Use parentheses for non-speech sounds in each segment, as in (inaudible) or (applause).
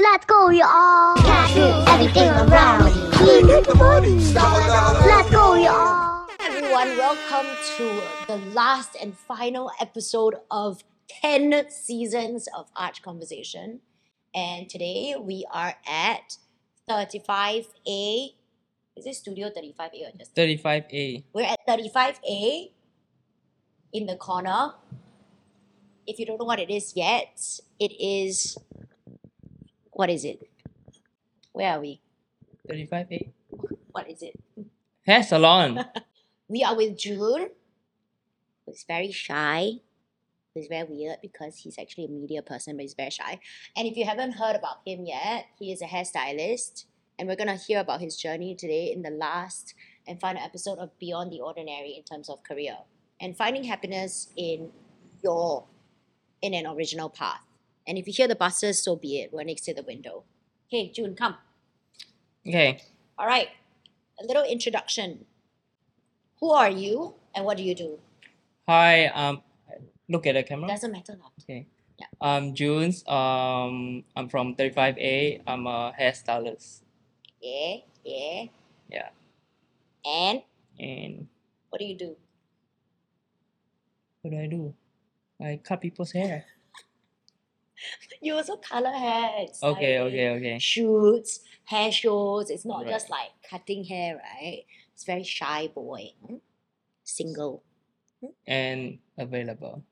Let's go, y'all. Cat everything around. Let's go, y'all. everyone, welcome to the last and final episode of 10 seasons of Arch Conversation. And today we are at 35A. Is it Studio 35A or just 35A. We're at 35A in the corner. If you don't know what it is yet, it is. What is it? Where are we? 35A. What is it? (laughs) Hair salon. We are with June, who's very shy. Who's very weird because he's actually a media person, but he's very shy. And if you haven't heard about him yet, he is a hairstylist. And we're gonna hear about his journey today in the last and final episode of Beyond the Ordinary in terms of career and finding happiness in your in an original path. And if you hear the buses, so be it. We're next to the window. Hey, June, come. okay. All right, a little introduction. Who are you and what do you do? Hi. Um. Look at the camera. Doesn't matter now. Um. Junes. Um. I'm from 35A. I'm a hairstylist. Yeah, yeah. Yeah. And And what do you do? what do I do? I cut people's (laughs) hair. You also color hair. It's Okay. like Okay. Okay. Shoots, hair shows. It's not Right. just like cutting hair, right? It's very shy boy. hmm? Single. And available.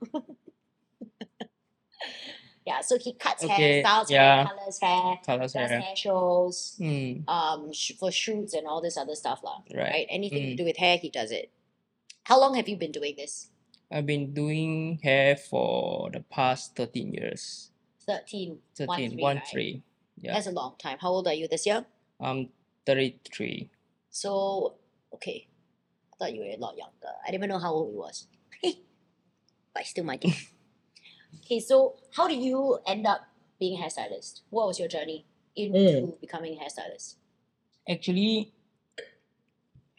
Yeah, so he cuts hair, Okay, styles yeah. hair, colors hair, Colors does hair. hair shows, Hmm. um, sh- for shoots and all this other stuff, lah. Right. Mm. Anything to do with hair, he does it. How long have you been doing this? I've been doing hair for the past 13 years. 13. one 13. three, one right? three. Yeah. That's a long time. How old are you this year? I'm 33. So, okay. I thought you were a lot younger. I didn't even know how old he was. (laughs) but I still my (laughs) kid. okay, so how did you end up being a hairstylist? What was your journey into Mm. becoming a hairstylist? actually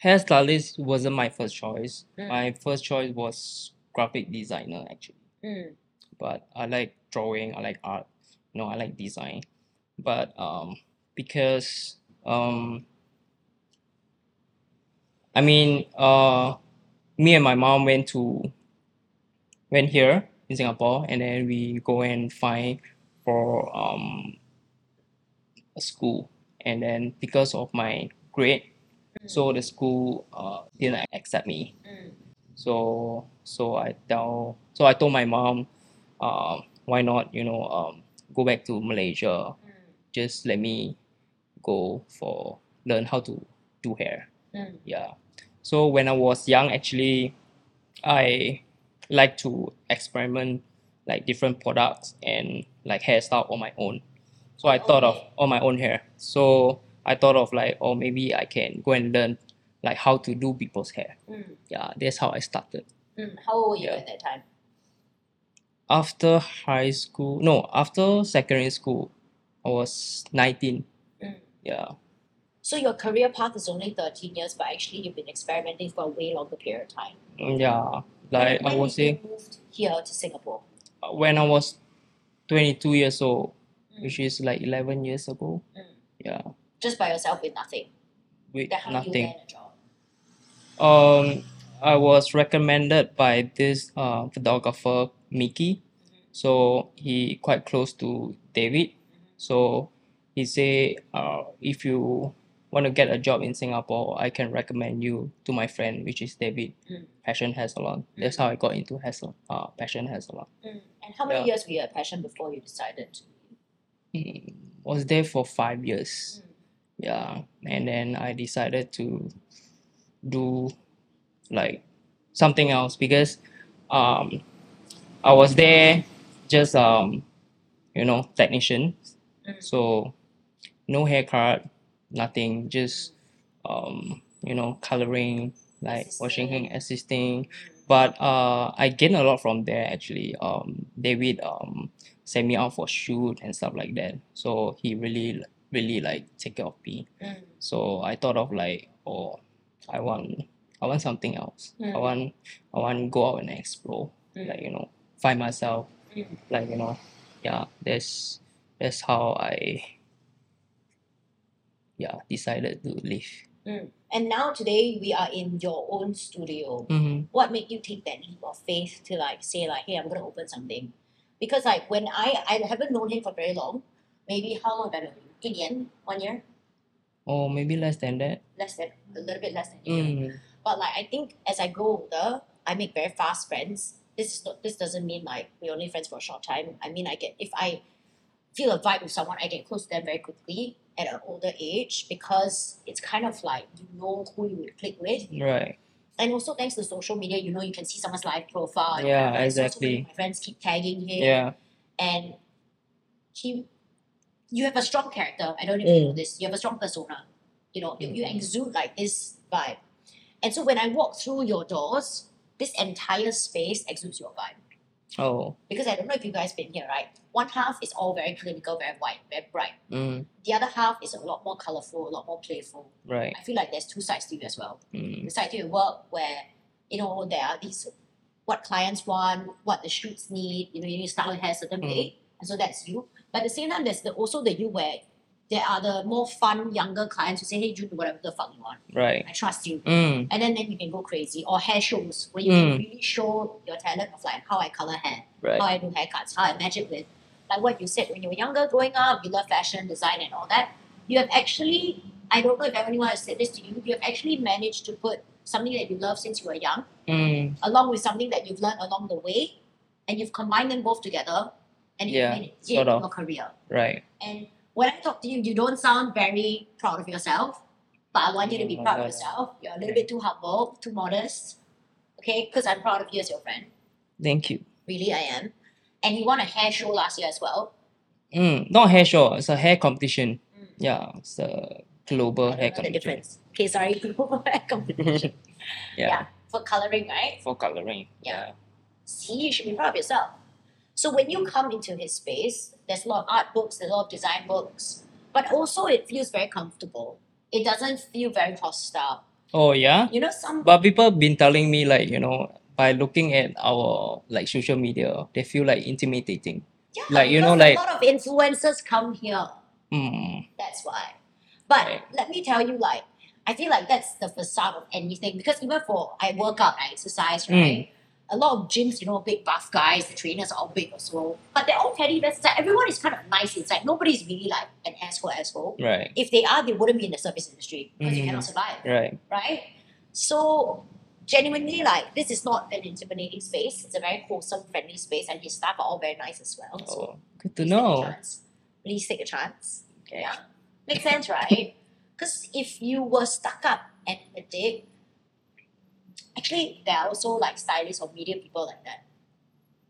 hairstylist wasn't my first choice Mm. my first choice was graphic designer actually Mm, but i like drawing i like art you know i like design but um because um i mean uh me and my mom went to went here in singapore and then we go and find for um a school and then because of my grade so the school uh, didn't accept me mm, so so I tell so I told my mom, um, why not you know um, go back to Malaysia? mm, Just let me go for learn how to do hair. mm, Yeah. So when I was young, actually, I like to experiment like different products and like hairstyle on my own. So I thought of Okay. on my own hair. So I thought of like, oh, maybe I can go and learn like how to do people's hair. mm, Yeah, that's how I started. mm. How old were you Yeah. at that time? after high school no after secondary school i was 19 Mm. yeah So your career path is only 13 years, but actually you've been experimenting for a way longer period of time. mm, yeah like When i would did you say moved here to Singapore. when i was 22 years old Mm, which is like 11 years ago mm. yeah Just by yourself with nothing. with Then how did you nothing land a job? um i was recommended by this uh, photographer mickey so he quite close to david so he say uh, if you want to get a job in singapore i can recommend you to my friend which is david Mm. passion hair salon that's Mm. how i got into hair salon, uh, passion hair salon Mm. And how many Yeah. years were you at Passion before you decided to? Mm, was there for five years yeah and then i decided to do like something else because um i was there just um you know technician Mm. so no haircut nothing just um you know coloring like washing hand assisting but uh i gained a lot from there actually um david um sent me out for shoot and stuff like that so he really really like take care of me Mm. so I thought of like, oh, I want, I want something else. I Mm. want, I want to go out and explore, Mm. like you know, find myself, Mm. like you know, yeah. That's that's how I yeah decided to leave. And now today we are in your own studio. Mm-hmm. What made you take that leap of faith to like say like, hey, I'm gonna open something? Because like when I I haven't known him for very long. Maybe how long have I known him? 一年? One year? Or maybe less than that. Less than a little bit less than a year. Mm. But like I think as I grow older, I make very fast friends. This is not, this doesn't mean like we're only friends for a short time. I mean I get if I feel a vibe with someone, I get close to them very quickly at an older age because it's kind of like you know who you would click with. Right. And also thanks to social media, you know you can see someone's live profile. and Yeah, whatever. So- so many exactly. of my friends keep tagging him Yeah. and he you have a strong character. I don't even know this. You have a strong persona. You know, you, you Mm. exude like this vibe. And so when I walk through your doors, this entire space exudes your vibe. Oh. Because I don't know if you guys been here, right? One half is all very clinical, very white, very bright. Mm. The other half is a lot more colorful, a lot more playful. Right. I feel like there's two sides to you as well. Mm. The side to your work where, you know, there are these what clients want, what the shoots need, you know, you need to style your hair a certain Mm. way. And so that's you. But at the same time, there's the, also the you where there are the more fun, younger clients who say, hey, you do whatever the fuck you want. Right. I trust you. Mm. And then, then you can go crazy. Or hair shows where you can Mm. really show your talent of like how I color hair, how Right. Oh, I do haircuts, how I magic with. Like what you said when you were younger, growing up, you love fashion, design, and all that. You have actually, I don't know if anyone has said this to you, you have actually managed to put something that you love since you were young Mm. along with something that you've learned along the way, and you've combined them both together, and you've Yeah, made it sort of. your career. Right. And when I talk to you, you don't sound very proud of yourself, but I want you to be No, proud of no, no. yourself. You're a little bit too humble, too modest, okay? Because I'm proud of you as your friend. Thank you. Really, I am. And you won a hair show last year as well. Mm. Not hair show. It's a hair competition. Mm. Yeah. It's a global I Oh, hair don't know the competition. difference. Okay, sorry, (laughs) global hair (laughs) competition. Yeah. For coloring, right? For coloring. Yeah. See, you should be proud of yourself. So when you come into his space, there's a lot of art books, there's a lot of design books, but also it feels very comfortable. It doesn't feel very hostile. Oh yeah. You know, some But people been telling me like you know by looking at our like social media, they feel like intimidating. yeah, like, you know, because like- a lot of influencers come here. Mm. That's why. But Right. let me tell you, like, I feel like that's the facade of anything because even for I work out, I exercise, Mm. right? A lot of gyms, you know, big buff guys, the trainers are all big as well. But they're all teddy bears inside. Everyone is kind of nice inside. Nobody's really like an asshole asshole. Right. If they are, they wouldn't be in the service industry because you Mm. cannot survive, Right. right? So, genuinely, like, this is not an intimidating space. It's a very wholesome, friendly space, and his staff are all very nice as well. So, Oh, good to please Take a know. chance. Please take a chance. Okay. Yeah. Makes sense, right? (laughs) Because if you were stuck up and a dick, actually, there are also like stylists or media people like that.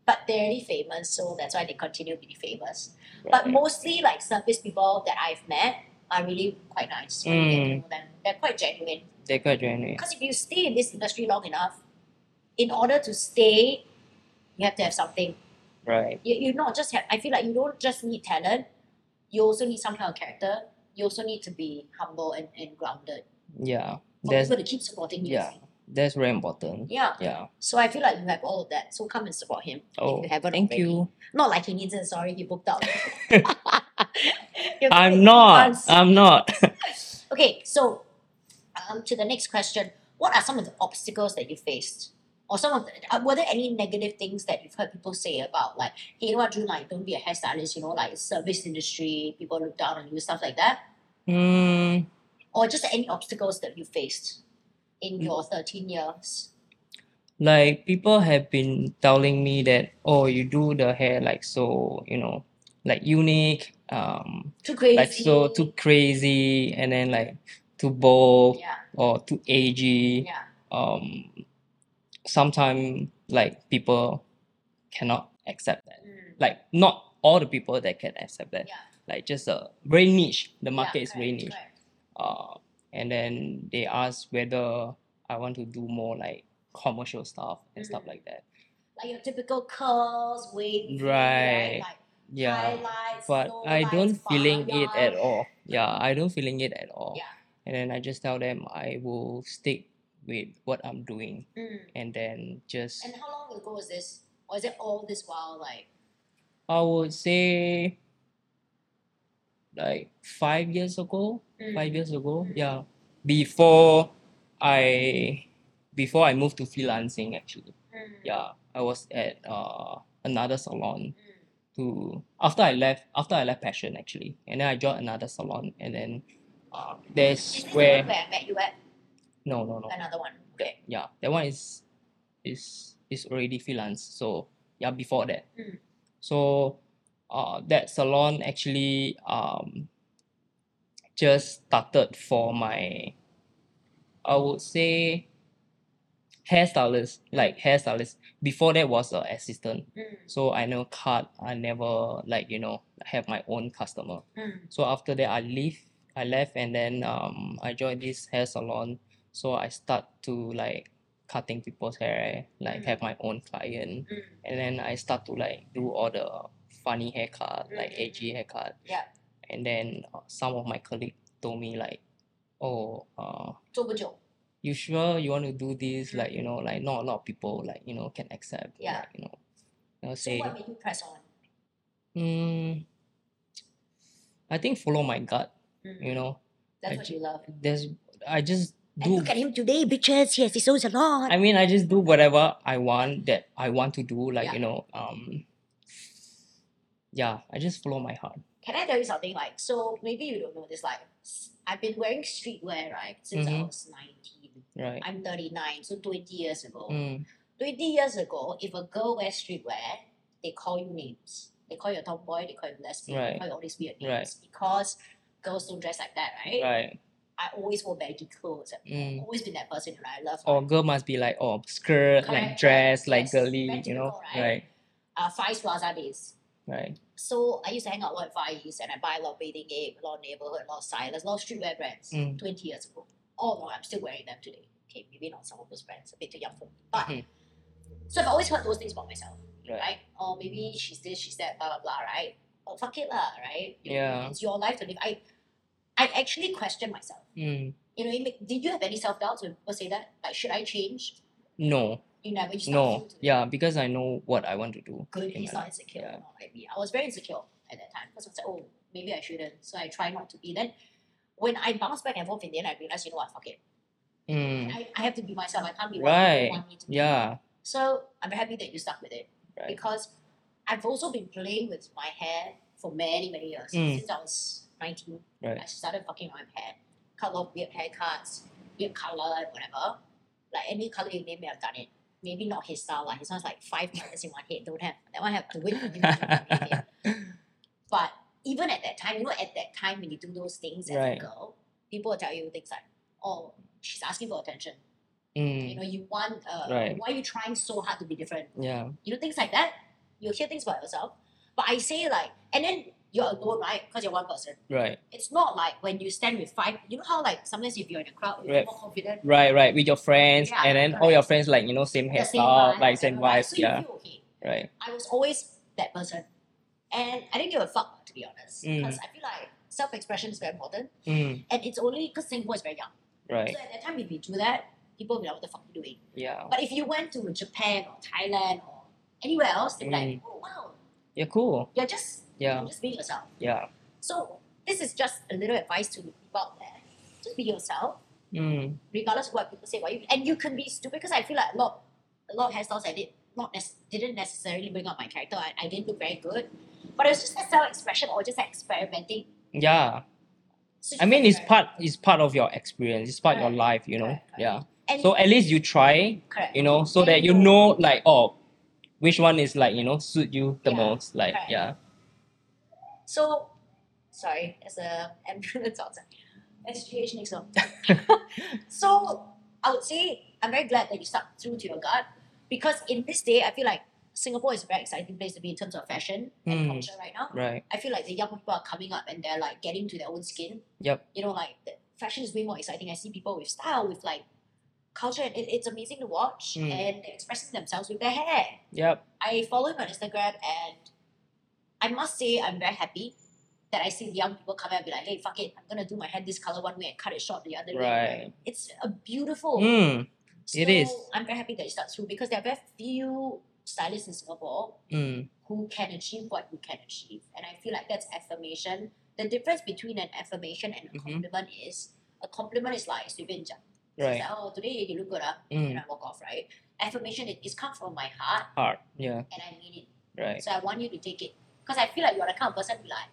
But they're already famous, so that's why they continue to be famous. But Right. mostly, like service people that I've met are really quite nice. when you get to Mm. know them. They're quite genuine. They got genuine. Because if you stay in this industry long enough, in order to stay, you have to have something Right. you, you not just have i feel like you don't just need talent you also need some kind of character you also need to be humble and, and grounded Yeah. for That's people to keep supporting you yeah. That's very Oh, important. yeah Yeah. so i feel like you have all of that so come and support him if Oh, you haven't thank already. you. not like he needs it sorry he booked (laughs) out (laughs) I'm not. I'm not. (laughs) okay so um, to the next question what are some of the obstacles that you faced or some of the, uh, were there any negative things that you've heard people say about like hey you know what Drew like don't be a hairstylist you know like service industry people look down on you stuff like that Hmm. or just any obstacles that you faced in Mm. your 13 years like people have been telling me that oh you do the hair like so you know like unique um too crazy like so too crazy and then like too bold yeah or too edgy yeah um sometimes like people cannot accept that Mm. like not all the people that can accept that yeah like just a very niche the market yeah, is very correct, niche correct. uh, and then they ask whether I want to do more like commercial stuff and stuff Mhm. like that. like your typical curls wavy Right. like Yeah, highlights but low I don't lights, feeling it fire. at all. Yeah, I don't feeling it at all. Yeah. And then I just tell them I will stick with what I'm doing, Mm. and then just and how long ago was this or is it all this while like I would say like five years ago, Mm. five years ago, yeah, before I before I moved to freelancing actually. Mm. Yeah, I was at uh another salon Mm. to after I left after I left Passion actually, and then I joined another salon, and then uh, there's Is this the one where where I met you at? no no no Another one. Okay. yeah that one is is is already freelance so yeah before that Mm. so uh that salon actually um just started for my I would say hairstylist like hairstylist before that was a assistant Mm. so I never cut I never like you know have my own customer Mm. so after that, I leave. I left, and then um, I joined this hair salon. So I start to like cutting people's hair, like Mm. have my own client, Mm. and then I start to like do all the funny haircut, like Mm, mm, edgy haircut. Yeah. And then uh, some of my colleague told me like, "Oh, uh, 做不久。 you sure you want to do this? Mm. Like you know, like not a lot of people like you know can accept. Yeah. Like, you know, and I'll So say, what made you press on? mm, I think follow my gut. Mm. You know, That's I what ju- you love. there's I just And do look at him today, bitches. He has his own salon. I mean I just do whatever I want that I want to do like Yeah. you know um yeah I just follow my heart Can I tell you something? Like, so maybe you don't know this. Like, s- I've been wearing streetwear right since I Mhm. was nineteen. right I'm thirty nine, so twenty years ago. mm, 20 years ago, if a girl wears streetwear, they call you names. They call you a tomboy, they call you lesbian, they Right. call you all these weird names. Right. Because girls don't dress like that, right? right I always wore baggy clothes. I've Mm. always been that person, and I love or like, girl must be like oh skirt Correct, like dress like yes, girly very you know typical, right? uh, Fai's Plaza days. right So I used to hang out a lot at Fai's, and I buy a lot of bathing ape, a lot of neighborhood, a lot of silence, a lot of streetwear brands. Mm. 20 years ago. Oh no, I'm still wearing them today. Okay, maybe not some of those brands, a bit too young for me. But Mhm. so I've always heard those things about myself. right right right? Or maybe she's this, she's that, blah blah blah, right? Oh fuck it lah, right? You know, Yeah. It's your life to live. I I actually question myself. mm. You know, it make, did you have any self doubts when people say that? Like, should I change? no You never just no yeah because I know what I want to do Good, in he's my not life. insecure, Yeah. not like me. I was very insecure at that time because I was like, oh, maybe I shouldn't. So I try not to be. Then when I bounce back and forth in the end, I realized, you know what, fuck it. mm, I, I have to be myself. I can't be what Right. people want me to be. yeah So I'm very happy that you stuck with it Right. because I've also been playing with my hair for many, many years. Mm. Since I was 19, Right. I started fucking around with hair. Cut a lot of weird haircuts, weird color, and whatever. Like any color you name it, I've done it. Maybe not his style, like his one's like five colors in one head. Don't have that one. Have to wait for him to fucking (laughs) make it. But even at that time, you know, at that time when you do those things as Right. a girl, people will tell you things like, "Oh, she's asking for attention." You mm, know, you want. Uh, Right. Why are you trying so hard to be different? yeah you know, things like that. You'll hear things about yourself. But I say like, and then you're alone, right? Because you're one person. right It's not like when you stand with five, you know how like sometimes if you're in a crowd, you're Right. more confident. right right with your friends Yeah, and then all your friends like you know same the same hairstyle vibe, like same whatever, right? vibes So yeah you feel okay. right I was always that person. And I didn't give a fuck, to be honest. Mm. Because I feel like self-expression is very important. mm, And it's only because Singapore is very young. right So at that time, if you do that, people will be like, what the fuck are you doing? yeah But if you went to Japan or Thailand or anywhere else, they'd be like, Mm. oh, wow, yeah cool you're just, yeah you're just being yourself. yeah So this is just a little advice to people out there. Just be yourself, mm, regardless of what people say about you. And you can be stupid because I feel like a lot, a lot of hairstyles I did not nec- didn't necessarily bring out my character. I, I didn't look very good, but it was just a self-expression or just experimenting. yeah So i just mean it's experiment. part it's part of your experience it's part of your Correct. life you know Correct, correct. yeah And so at least you try correct. you know so And that you you know- know like oh which one is like you know suit you the Yeah, most like correct. yeah So sorry, there's a (laughs) ambulance outside. SGH next (laughs) door. so I would say I'm very glad that you stuck through to your gut because in this day I feel like Singapore is a very exciting place to be in terms of fashion and Hmm. culture right now. right I feel like the young people are coming up and they're like getting to their own skin. Yep. You know, like the fashion is way more exciting. I see people with style, with like culture, and it, it's amazing to watch. Mm. And they're expressing themselves with their hair. yep I follow him on Instagram and I must say I'm very happy that I see young people come and be like, hey, fuck it, I'm gonna do my hair this color one way and cut it short the other way. right It's a beautiful. mm, so it is. I'm very happy that it starts through because there are very few stylists in Singapore mm, who can achieve what you can achieve, and I feel like that's affirmation the difference between an affirmation and a Mhm. compliment is a compliment is like 随便讲 So it's right. like, oh today you look good up and Mm, I walk off right affirmation it, it's come from my heart hard. Yeah, and I mean it right. so I want you to take it because I feel like you're the kind of person who like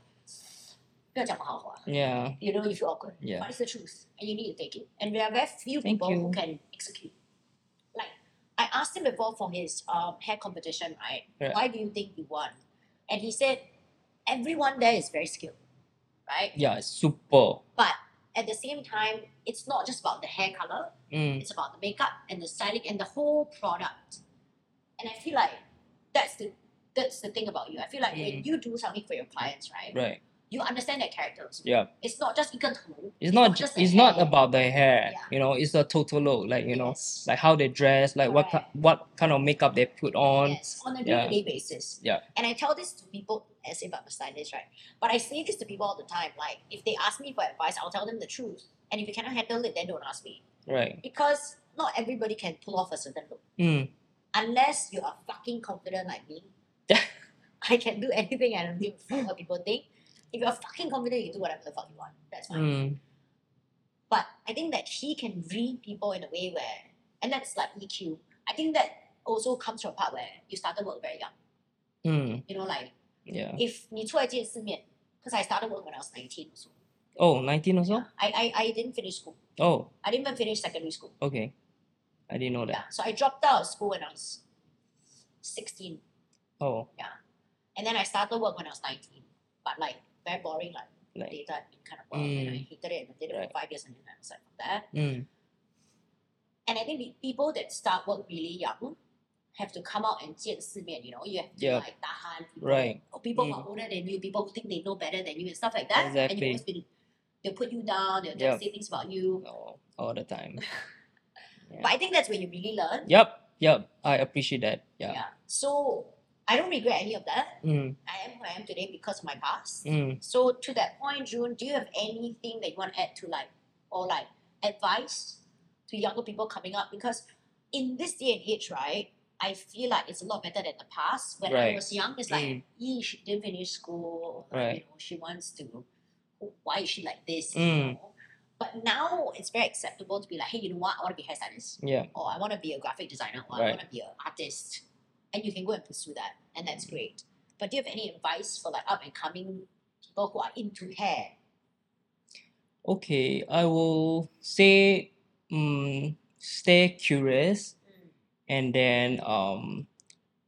(sighs) 不要讲我好话 Yeah, you know you feel awkward yeah. but it's the truth, and you need to take it. And there are very few Thank people who you. can execute. Like I asked him before for his um, hair competition, right? Yeah. Why do you think you won? And he said, everyone there is very skilled, right? Yeah, it's super. But at the same time, it's not just about the hair color; Mm, it's about the makeup and the styling and the whole product. And I feel like that's the that's the thing about you. I feel like when Mm. you do something for your clients, right? right. You understand their characters. Yeah. It's not just 一个头. It's not. just the It's not hair. about the hair. Yeah. You know, it's a total look. Like you know, Yes. like how they dress, like what ki- Correct. what kind of makeup they put on. Yes, on a yeah. day-to-day basis. Yeah. And I tell this to people as if I'm a stylist, right? But I say this to people all the time. Like, if they ask me for advice, I'll tell them the truth. And if you cannot handle it, then don't ask me. Right. Because not everybody can pull off a certain look. Mm. Unless you are fucking confident like me. (laughs) I can do anything and I don't give a fuck what people think. If you're fucking confident, you can do whatever the fuck you want. That's fine. Mm. But I think that he can read people in a way where, and that's like EQ. I think that also comes from a part where you started work very young. Mm. You know, like Yeah. if 你出来见世面 because I started work when I was 19 also. Oh, 19 also. Yeah. I, I, I didn't finish school. Oh, I didn't even finish secondary school. okay. I didn't know Yeah. that. So I dropped out of school when I was 16. Oh, And then I started work when I was 19. But like, very boring, like like data admin kind of work. And I Mm. hated it and I did it Right. for five years and then I was like, "Fuck that. mm, And I think the people that start work really young have to come out and 见世面, you know? You have to Yeah. like tahan people. right. or people who are Mm. older than you, people who think they know better than you and stuff like that. And you've Exactly. always been, they'll put you down, they'll Yep. say things about you. All, mm, all the time. Yeah. But I think that's when you really learn. Yep, yep. I appreciate that. Yeah. So I don't regret any of that. Mm, I am who I am today because of my past. mm. So to that point, June, do you have anything that you want to add to like or like advice to younger people coming up? Because in this day and age, right, I feel like it's a lot better than the past. When I Right. was young, it's like, Mm. ee, she didn't finish school, or like, you Right. know, she wants to why is she like this? You Mm. know? But now it's very acceptable to be like, hey, you know what, I want to be hairstylist Yeah. or oh, I want to be a graphic designer, or I Right. want to be an artist, and you can go and pursue that, and that's great. But do you have any advice for like up and coming people who are into hair? Okay. I will say, mm, stay curious, and then um,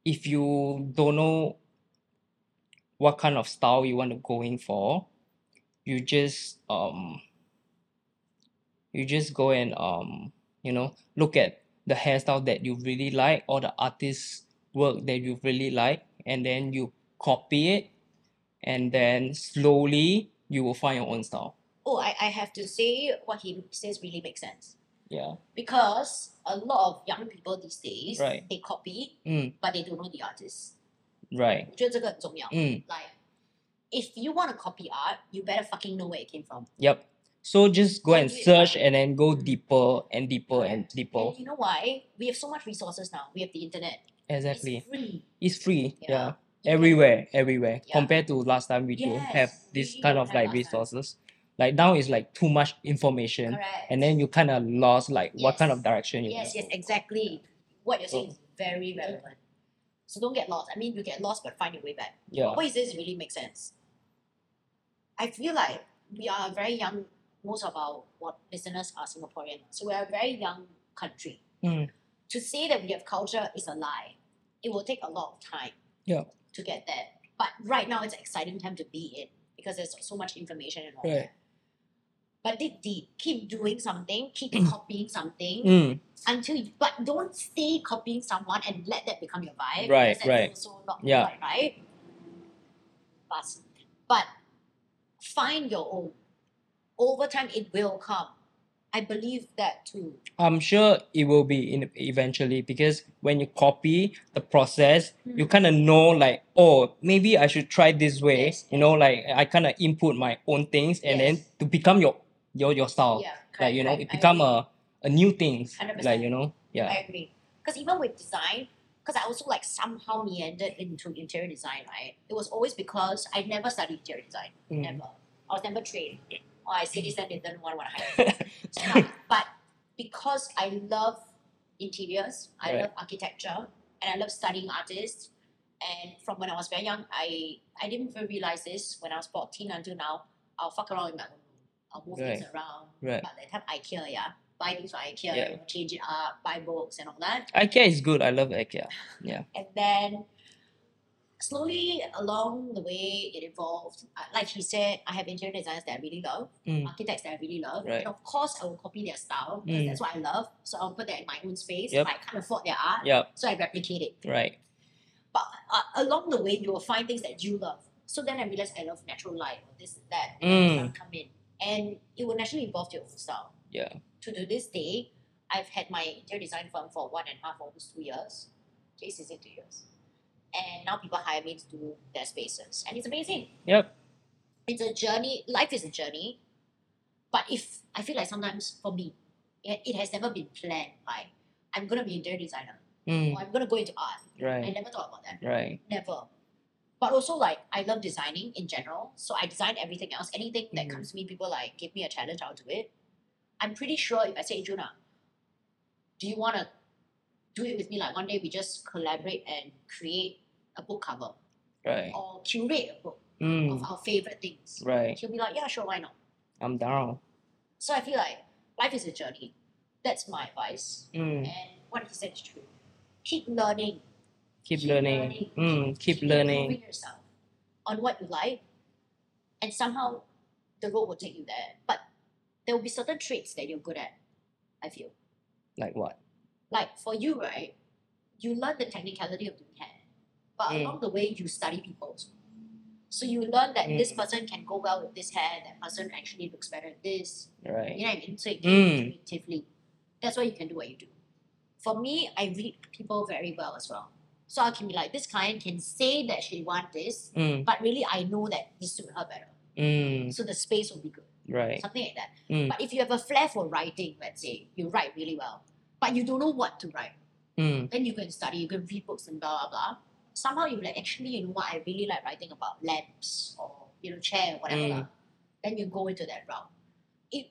if you don't know what kind of style you want to go in for, you just um, you just go and um, you know, look at the hairstyle that you really like or the artist's work that you really like, and then you copy it, and then slowly you will find your own style. Oh, I, I have to say what he says really makes sense Yeah. because a lot of young people these days Right. Mm. they copy 嗯 but they don't know the artist. ，right，Mm, 我觉得这个很重要。嗯 Like if you want to copy art, you better fucking know where it came from. ，yep. So just go and Can you- search and then go Mm. deeper and deeper and deeper. And you know why? We have so much resources now. We have the internet. Exactly. It's free. It's free. Yeah. Yeah. Everywhere, everywhere. Yeah. Compared to last time, we don't have Yes, we this really kind don't of have like last time. resources. Like now it's like too much information, Correct. and then you kind of lost like what kind of Yes. direction you Yes, yes, want. exactly. What you're saying So- is very relevant. So don't get lost. I mean, you get lost, but find your way back. Yeah. What he says really makes sense. I feel like we are very young. Most of our what listeners are Singaporean, so we are a very young country. Mm. To say that we have culture is a lie. It will take a lot of time. Yeah. To get there, but right now it's an exciting time to be in because there's so much information and all Right. that. But dig deep, keep doing something, keep copying something, Mm. until you, but don't stay copying someone and let that become your vibe. Right, because that's right. Also not Yeah. right, right? But, but find your own. Over time, it will come. I believe that too. I'm sure it will be in eventually because when you copy the process, Mm. you kind of know like, oh, maybe I should try this way. Yes, You know, like I kind of input my own things and then Yes. to become your your your style. yeah, Oh, Like you know, correct, correct. it I become agree. a a new things. Like 100%. you know, I yeah, agree. Because even with design, because I also like somehow meandered into interior design, right? It was always because I never studied interior design, Mm. never. I was never trained. Or I said this and they didn't want to hire (laughs) me. So, no, but because I love interiors, I Right. love architecture, and I love studying artists. And from when I was very young, I I didn't even realize this when I was 14 until now. I'll fuck around in my own room. I'll move things around. Right. But that time IKEA, yeah. Buy things from IKEA, Yeah. you know, change it up, buy books and all that. IKEA is good. I love IKEA. And then slowly along the way, it evolved. Uh, Like he said, I have interior designers that I really love, Mm. architects that I really love. Right. And of course, I will copy their style because Mm. that's what I love. So I'll put that in my own space. Yep. I can't afford their art, Yep. so I replicate it. Right. But uh, along the way, you will find things that you love. So then I realized I love natural light or this and that. And then Mm. stuff come in. And it will naturally evolve to your own style. Yeah. To, to this day, I've had my interior design firm for one and a half, almost two years. Chase is in two years. And now people hire me to do their spaces. And it's amazing. Yep. It's a journey. Life is a journey. But if I feel like sometimes for me, it, it has never been planned by I'm going to be an interior designer Mm. or I'm going to go into art. I Right. never thought about that Right. never. But also like I love designing in general, so I design everything else. Anything that Mhm. comes to me, people like give me a challenge, I'll do it. I'm pretty sure if I say Juna, do you wanna do it with me? Like one day we just collaborate and create a book cover Right. or curate a book Mm. of our favorite things. Right. He'll be like, yeah, sure, why not? I'm down. So I feel like life is a journey. That's my advice, Mm. and what he said is true. Keep learning. Keep keep learning. learning. Mm. Keep learning. improving yourself on what you like, and somehow the road will take you there. But there will be certain traits that you're good at. I feel Like what? like for you, right? You learn the technicality of doing hair, but Mm. along the way you study people. too. So you learn that this Mm. person can go well with this hair. That person actually looks better at this. Right. You know what I mean? So it Mm. came intuitively. That's why you can do what you do. For me, I read people very well as well. So I can be like, this client can say that she want this, Mm. but really I know that this suit her better. Mm. So the space will be good. Right. Something like that. Mm. But if you have a flair for writing, let's say, you write really well, but you don't know what to write, Mm. then you can study, you can read books and blah blah blah. Somehow you like actually you know what I really like writing about lamps or you know chair or whatever Mm. lah. Then you go into that route. It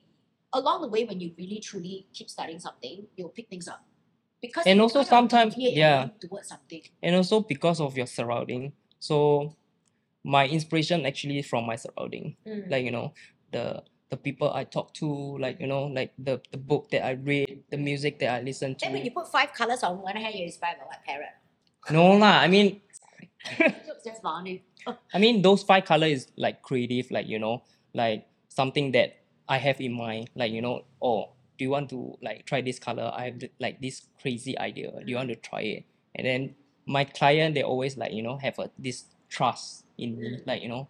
along the way when you really truly keep studying something, you'll pick things up. Because And you also kind of sometimes- deviate and yeah. move towards something. and also because of your surrounding so my inspiration actually from my surrounding Mm. like you know the the people i talk to like you know like the the book that i read the music that i listen to then when you put five colours on one hand, you're inspired by what (laughs) parrot. no lah i mean Looks just funny. i mean those five color is like creative like you know like something that i have in mind like you know oh do you want to like try this color i have th- like this crazy idea do you want to try it and then my client they always like you know have a this trust in me Mm. like you know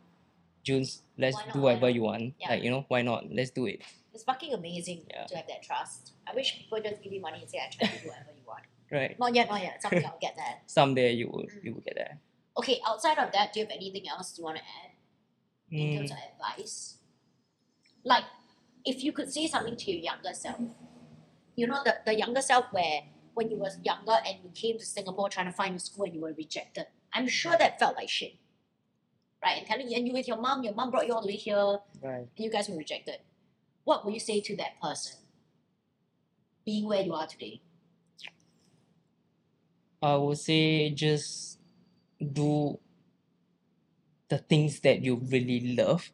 junes let's Why not, do why whatever not?" you want Yeah. like you know why not let's do it It's fucking amazing Yeah. to have that trust. I wish people just give you money and say, I try to do whatever you want. right Not yet, not yet. Something I'll get there. someday you will Mm. you will get there Okay, outside of that, do you have anything else you want to add in terms Mm, of advice? Like, if you could say something to your younger self, you know, the, the younger self where when you was younger and you came to Singapore trying to find a school and you were rejected, I'm sure that felt like shit. Right? And telling you, and you with your mom, your mom brought you all the way here, and right you guys were rejected. What would you say to that person being where you are today? i would say just do the things that you really love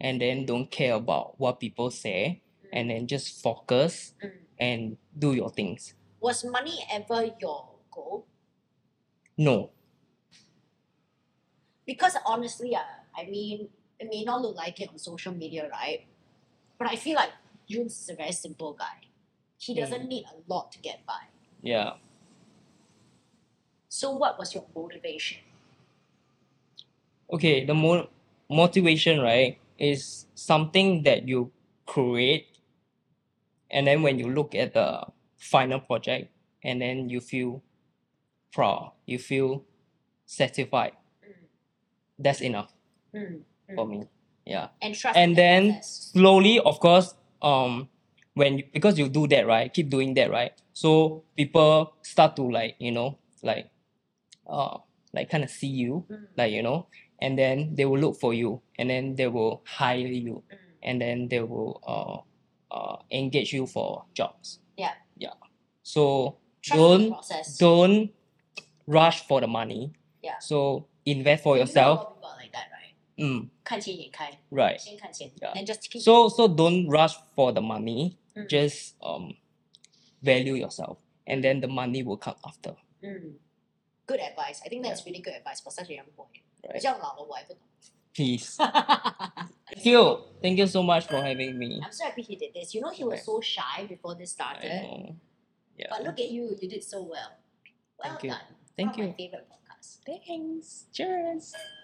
and then don't care about what people say and then just focus Mm. and do your things Was money ever your goal? no Because honestly, uh, I mean, it may not look like it on social media, right? But I feel like Jun is a very simple guy. He Hmm. doesn't need a lot to get by. yeah So, what was your motivation? okay the mo- motivation right is something that you create and then when you look at the final project and then you feel proud you feel satisfied that's enough Mm. for me yeah And trust. in the And then- process. slowly of course um when you, because you do that right keep doing that right so people start to like you know like uh like kind of see you Mm. like you know and then they will look for you and then they will hire you hmm. and then they will uh, uh, engage you for jobs Yeah. yeah so Trust the don't process. don't rush for the money Yeah. so invest for You know a yourself lot of people are like that, right? mm, 看钱眼开， right 先看钱， Yeah. then just keep- so so don't rush for the money Mm. just um value yourself and then the money will come after Mm. Good advice. I think that's really good advice for such a young boy. 比 Right. 较老了我还不懂。 (laughs) please thank you thank you so much for having me I'm so happy he did this. You know he was Right. so shy before this I started, know. yeah but look at you. You did so well. Well Thank you. done. Thank One of you. My favorite podcast. thanks cheers